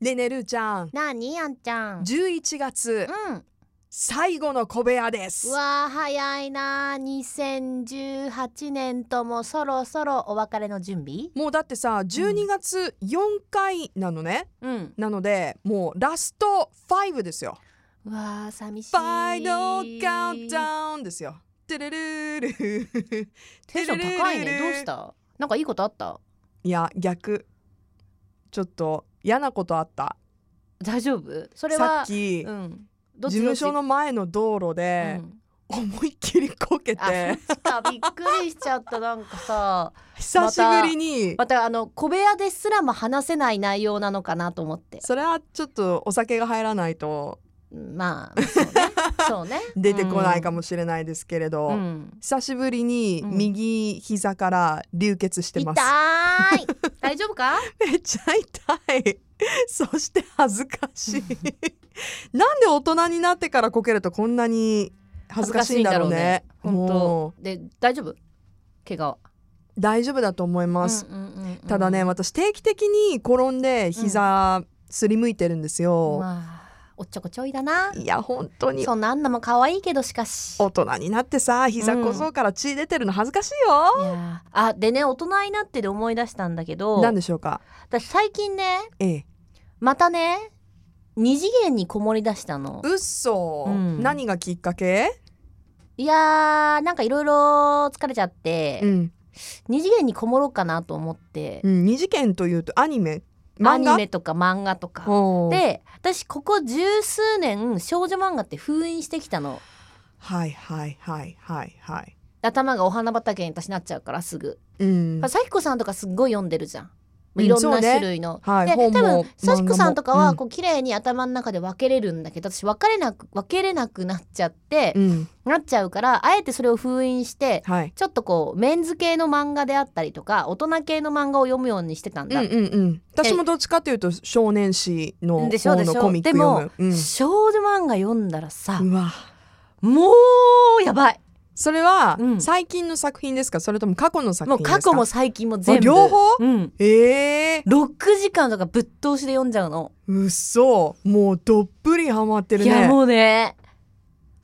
ねえねるちゃんなあにあんちゃん11月うん最後の小部屋ですうわー早いなー2018年ともそろそろお別れの準備もうだってさ12月4回なのね、うんなのでもうラスト5ですようわー寂しいファイナルカウントダウンですよテレルルル テンション高いねどうしたなんかいいことあったいや逆ちょっと嫌なことあった大丈夫それさはっき、うんど事っ務ち所の前の道路うで、ん思いっきりこけあてそっちかびっくりしちゃったなんかさ久しぶりに、またあの小部屋ですらも話せない内容なのかなと思ってそれはちょっとお酒が入らないとまあそうね そうね出てこないかもしれないですけれど、うんうん久しぶりに右膝から流血してます、痛い大丈夫か めっちゃ痛い そして恥ずかしいなんで大人になってからこけるとこんなに恥ずかしいんだろうね恥ずかしいんだろうねもうで大丈夫怪我は、大丈夫だと思います、うんうんうんうんただね私定期的に転んで膝すりむいてるんですよ、まあおっちょこちょいだないや本当にそんなあんなも可愛いけどしかし大人になってさ膝小僧から血出てるの恥ずかしいよ、いやーあでね大人になってで思い出したんだけどなんでしょうか私最近ねええまたね二次元にこもり出したのうっそ、うん何がきっかけいやーなんかいろいろ疲れちゃって、うん、二次元にこもろうかなと思ってう、ん、二次元というとアニメア漫ニ画メとか漫画とかおーで私ここ十数年少女漫画って封印してきたのはいはいはいはいはい頭がお花畑に私なっちゃうからすぐ、うんさきこさんとかすっごい読んでるじゃん、うんいろんそうねな種類の、はいで本多も漫画分もさきこさんとかはうんこう綺麗に頭の中で分けれるんだけど私分かれなく分けれなくなっちゃって、うんなっちゃうからあえてそれを封印してはいちょっとこうメンズ系の漫画であったりとか大人系の漫画を読むようにしてたんうんだ、うんうん私もどっちかというと少年誌の方でしょでしのょコミック読むうん少女漫画読んだらさ、うわもうやばいそれはうん最近の作品ですかそれとも過去の作も品でうすか過去も最近も全あ部両方うんええ6時間とかぶっ通しで読んじゃうのうっそもうどっぷりハマってるいやねもうね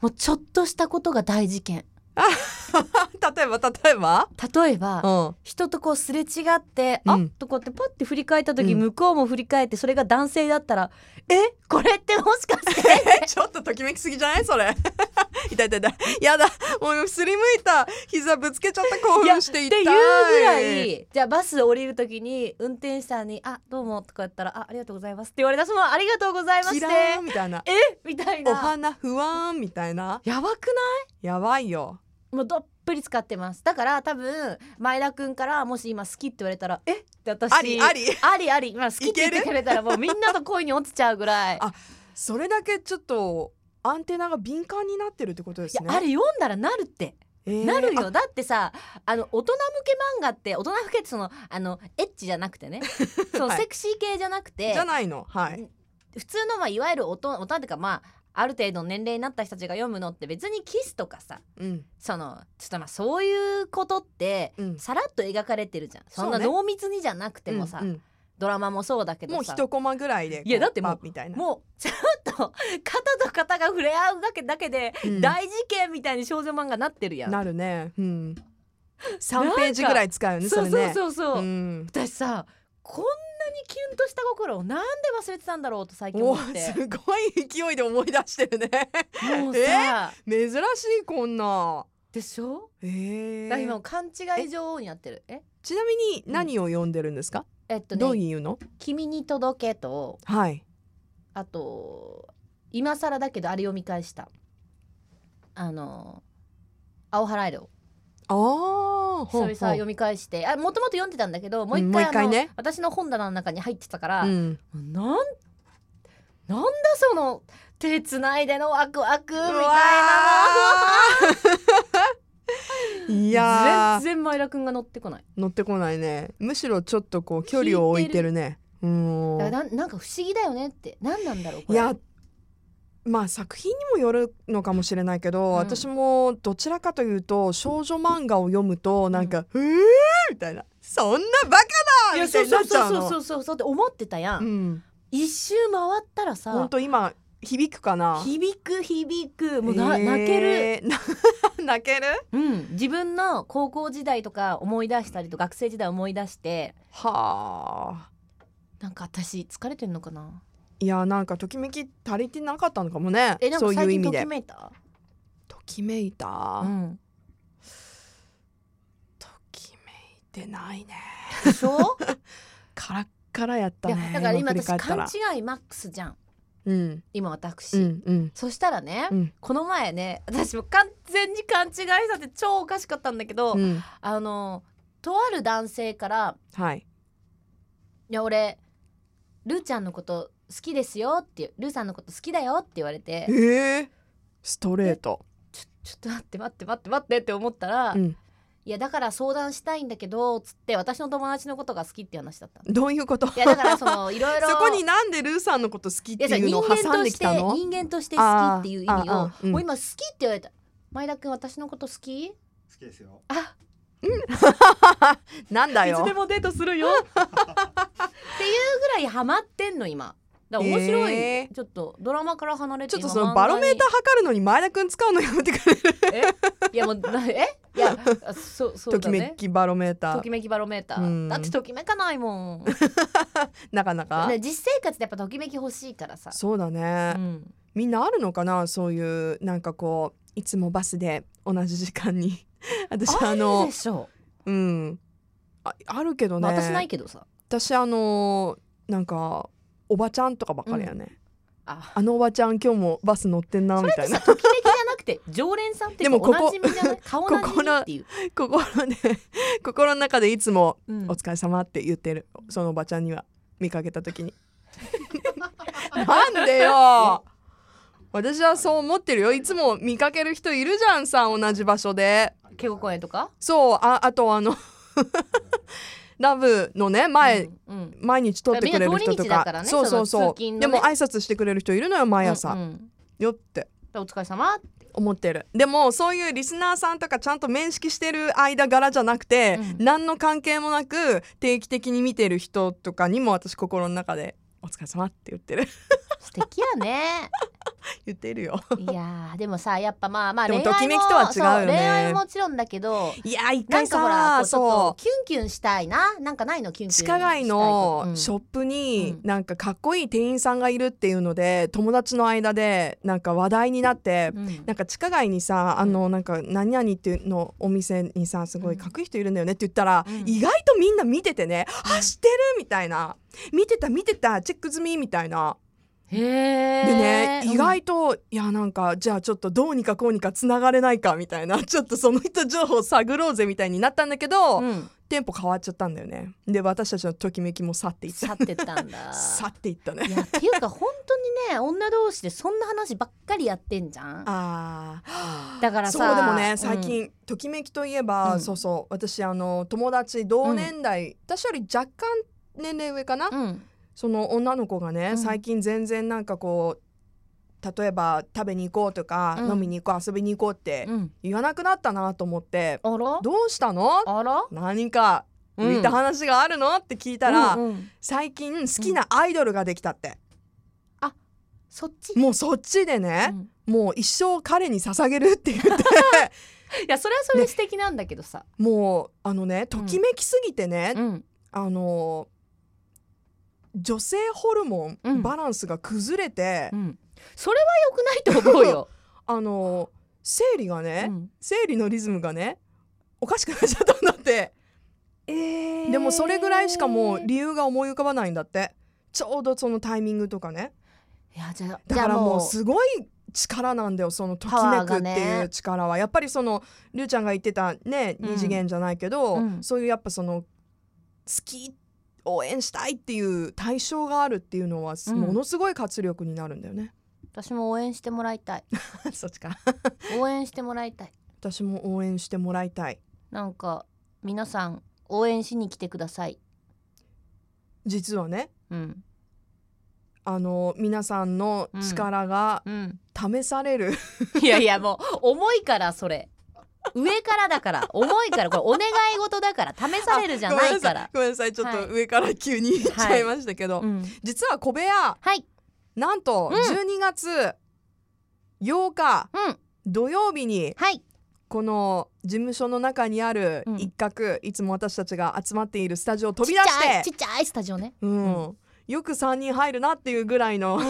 もうちょっとしたことが大事件 例えば例えば例えば、うん人とこうすれ違って、うあんとこうやってパッて振り返った時、うん向こうも振り返ってそれが男性だったらえこれってもしかしてえちょっとときめきすぎじゃないそれ 痛い痛い痛いやだもうすりむいた膝ぶつけちゃった興奮 して痛いっていうぐらいじゃあバス降りる時に運転手さんに「あどうも」とかやったら「あありがとうございます」って言われたその「ありがとうございまキしてラー」みたいなみたいおな花不安みたいなやばくやばいよもうどっぷり使ってますだから多分前田君からもし今好きって言われたらえって私ありありありありまあ好きって言ってくれたらもうみんなと恋に落ちちゃうぐらい あそれだけちょっとアンテナが敏感になってるってことでいすやねあれ読んだらなるって、えーなるあよだってさあの大人向け漫画って大人向けってそのあのエッチじゃなく てねそう、はいセクシー系じゃなくてじゃないのはい普通のまあいわゆる大人大人っていうかまあある程度の年齢になった人たちが読むのって別にキスとかさうんそのちょっとまあそういうことってうんさらっと描かれてるじゃんそんそなうね濃密にじゃなくてもさ、うんうんドラマもそうだけもうどさ一コマぐらいでこういやだってもうパッみたいなもうちょっと肩と肩が触れ合うだけだけでうん大事件みたいに少女漫画なってるやん、なるねうん3ページぐらい使うよねそそれうねそうそうそう、うん私さこんなにキュンとした心をなんで忘れてたんだろうと最近お思すってごい勢いで思い出してるね もうさ、珍しいこんなでしょえーだから今もう勘違い女王になってるえちなみに何を読んでるんですか、えっとどうねいうの「君に届け」とはいあと今更だけどあれ読み返したあの青原イドああ久々読み返してあもともと読んでたんだけどもう一うん回,、もう一回ねあの私の本棚の中に入ってたから、うん、なんなんだその手つないでのワクワクみたいなのうわー いやー全然前田くんが乗ってこない乗ってこないねむしろちょっとこう距離を置いてるねうんだからなんなんか不思議だよねって何なんだろうこいれやまあ作品にもよるのかもしれないけど、うん私もどちらかというと少女漫画を読むとなんか「うえー!」みたいな「そんなバカだ!」みたそいうになそっうちゃうそうのそうそうそうって思ってたやん、うん一周回ったら本さ当今響くかな響く響くもうな、えー泣ける、な 泣けるうん、自分の高校時代とか思い出したりと学生時代思い出してはあなんか私疲れてんのかないやなんかときめき足りてなかったのかもねえなんそかうい最う意近と味きでめいたときめいた、うんときめいてないね でしょカラッカラやったいやねだから今振り私返った勘ら違いマックスじゃんうん今私、うんうんそしたらね、うんこの前ね私も完全に勘違いしたって超おかしかったんだけど、うんあのとある男性からはい「いや俺ルーちゃんのこと好きですよ」ってルーさんのこと好きだよって言われてえー、ストレート「ちょちょっと待って待って待って待って」って思ったらう「んいやだから相談したいんだけど」つって私の友達のことが好きって話だったの。どういうこといやだからそ のいろいろそこになんでルーさんのこと好きっいてやそいうのをの人間挟んとでしきてたの人間として好きっていう意味あーをあ、ーうんもう今好きって言われた前田君私のこと好き好きですよ。あなんだよもデートするよっていうぐらいハマってんの今だから面白い、えちょっとドラマから離れてちょっと今その漫画バにロメーター測るのに前田くん使うのやめてくれるいやもうなえいやあそうそ とうだきねめきバロメータとーきめきバロメータうんーだってときめかないもんなかなかね実生活でやっぱときめき欲しいからさそうだね、うんみんなあるのかなそういうなんかこういつもバスで同じ時間に 私ああるのでしょうんああるけどね、まあ私ないけどさ私あのなんかおばちゃんとかばっかりやね、ああのおばちゃん今日もバス乗ってんなみたいなときめきじゃなくて常連さんっていうかでもこ こおなじみじゃない顔なじみっていう心で 心の中でいつも「うんお疲れ様って言ってるそのおばちゃんには見かけた時 になんでよ私はそう思ってるよいつも見かける人いるじゃんさ同じ場所で敬語公園とかそうああとあの ラブのね前、うんうん毎日通ってくれる人みんな通とりか道だからねそうそうそそのう通勤でのねも挨拶してくれる人いるのよ毎朝、うんうんよってでお疲れ様思ってるでもそういうリスナーさんとかちゃんと面識してる間柄じゃなくて、うん何の関係もなく定期的に見てる人とかにも私心の中で「お疲れ様って言ってる 素敵やね言ってるよいやーでもさやっぱまあまあで恋も愛もときめきとは違うよねそ恋愛ももちろんだけどいや一な回んかほらさこうちょっとそうキュンキュンしたいななんかないのキュンキュ地ン下街したいことうのんショップにうんなんかかっこいい店員さんがいるっていうので友達の間でなんか話題になってうんなんか地下街にさあのなんか何々っていうのお店にさすごいうんかっこいい人いるんだよねって言ったら、うん意外とみんな見ててね「あ知ってる!」みたいな「見てた見てたチェック済み」みたいな。へでえね、意外といやなんかじゃあちょっとどうにかこうにかつながれないかみたいな ちょっとその人情報探ろうぜみたいになったんだけど、うんテンポ変わっちゃったんだよね。で私たちのときめきも去っていっ去た。ってった んだ去っていったねい。やっていうか本当にね女同士でそんな話ばっかりやってんじゃんああ。だからさそうでもねん最近、ときめきといえば、うんそうそう私あの友達同年代、私より若干年齢上かな、うんその女の子がね、うん最近全然なんかこう例えば食べに行こうとか、うん飲みに行こう遊びに行こうってうん言わなくなったなと思って、あらどうしたのあら何かうん言った話があるのって聞いたら、うんうん最近好きなアイドルができたって、そっちもうそっちでうね、んもう一生彼に捧げるって言 っていやそれはそれで素敵なんだけどさもうあのねときめきすぎてね、うんあの女性ホルモうンんバランスが崩れて、うんそれは良くないと思 うよあの生理がね、うん生理のリズムがねおかしくなっちゃったんだって、でもそれぐらいしかもう理由が思い浮かばないんだってちょうどそのタイミングとかねいやじゃあだからもうすごい力なんだよそのときパワめーくがってねいう力は、やっぱりそのりゅうちゃんが言ってたねうん二次元じゃないけど、うんそういうやっぱその好き応援したいっていう対象があるっていうのはうんものすごい活力になるんだよ ね、私も応援してもらいたいそっちか応援してもらいたい私も応援してもらいたいなんか皆さん応援しに来てください実はねうんあの皆さんの力がうん試される、 いやいやもう重いからそれ上からだから重いからこれお願い事だから試されるじゃないから ごめんなさいごめんなさいちょっと上から急に言っちゃいましたけど、うん実は小部屋はいなんとうん12月8日うん土曜日にはいこの事務所の中にあるうん一角、いつも私たちが集まっているスタジオを飛ちびっ出ちしゃいてちっちゃいスタジオねうんよく3人入るなっていうぐらいの、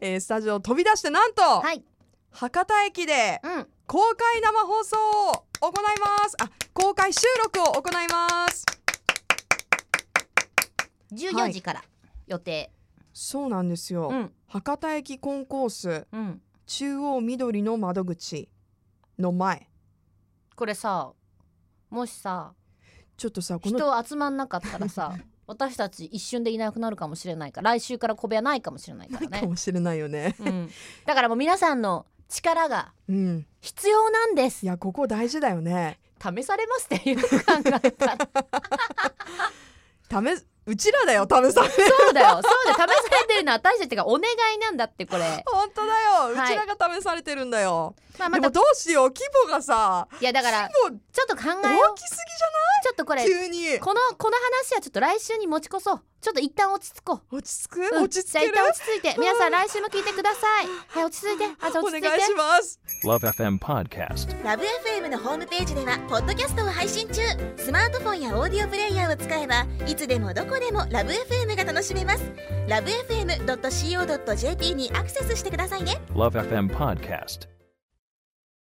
えースタジオを飛び出してなんと、はい博多駅でうん公開生放送を行いますあ公開収録を行いますは14い時から予定そうなんですよ、うん博多駅コンコースうん中央緑の窓口の前これさもしさちょっとさこの人集まんなかったら さ私たち一瞬でいなくなるかもしれないから来週から小部屋ないかもしれないからかね、もしれないよねうん、だからもう皆さんの力がうん必要なんですいやここ大事だよね試されますっていう考え方試すうちらだよ試されそうだよそうだよ試されてるのは私たちがお願いなんだってこれ、本当だよ、はいうちらが試されてるんだよ、まあ、までもたどうしよう規模がさいやだからち規模ょっと考えよ大うきすちょっとこぎれじゃない急にこのこの話はちょっと来週に持ち越そうちょっと一旦落ち着こう落ち着く、うん落ち着じゃあけ一る旦落ち着いて皆さん来週も聞いてくださいはい落ち着いてあじゃあお落願ち着いいてします Love FM Podcast. ラブ f m のホームページではポッドキャストを配信中スマートフォンやオーディオプレイヤーを使えばいつでもどこでもラブ f m が楽しめますラブ FM.co.jp にアクセスしてくださいね Love FM Podcast.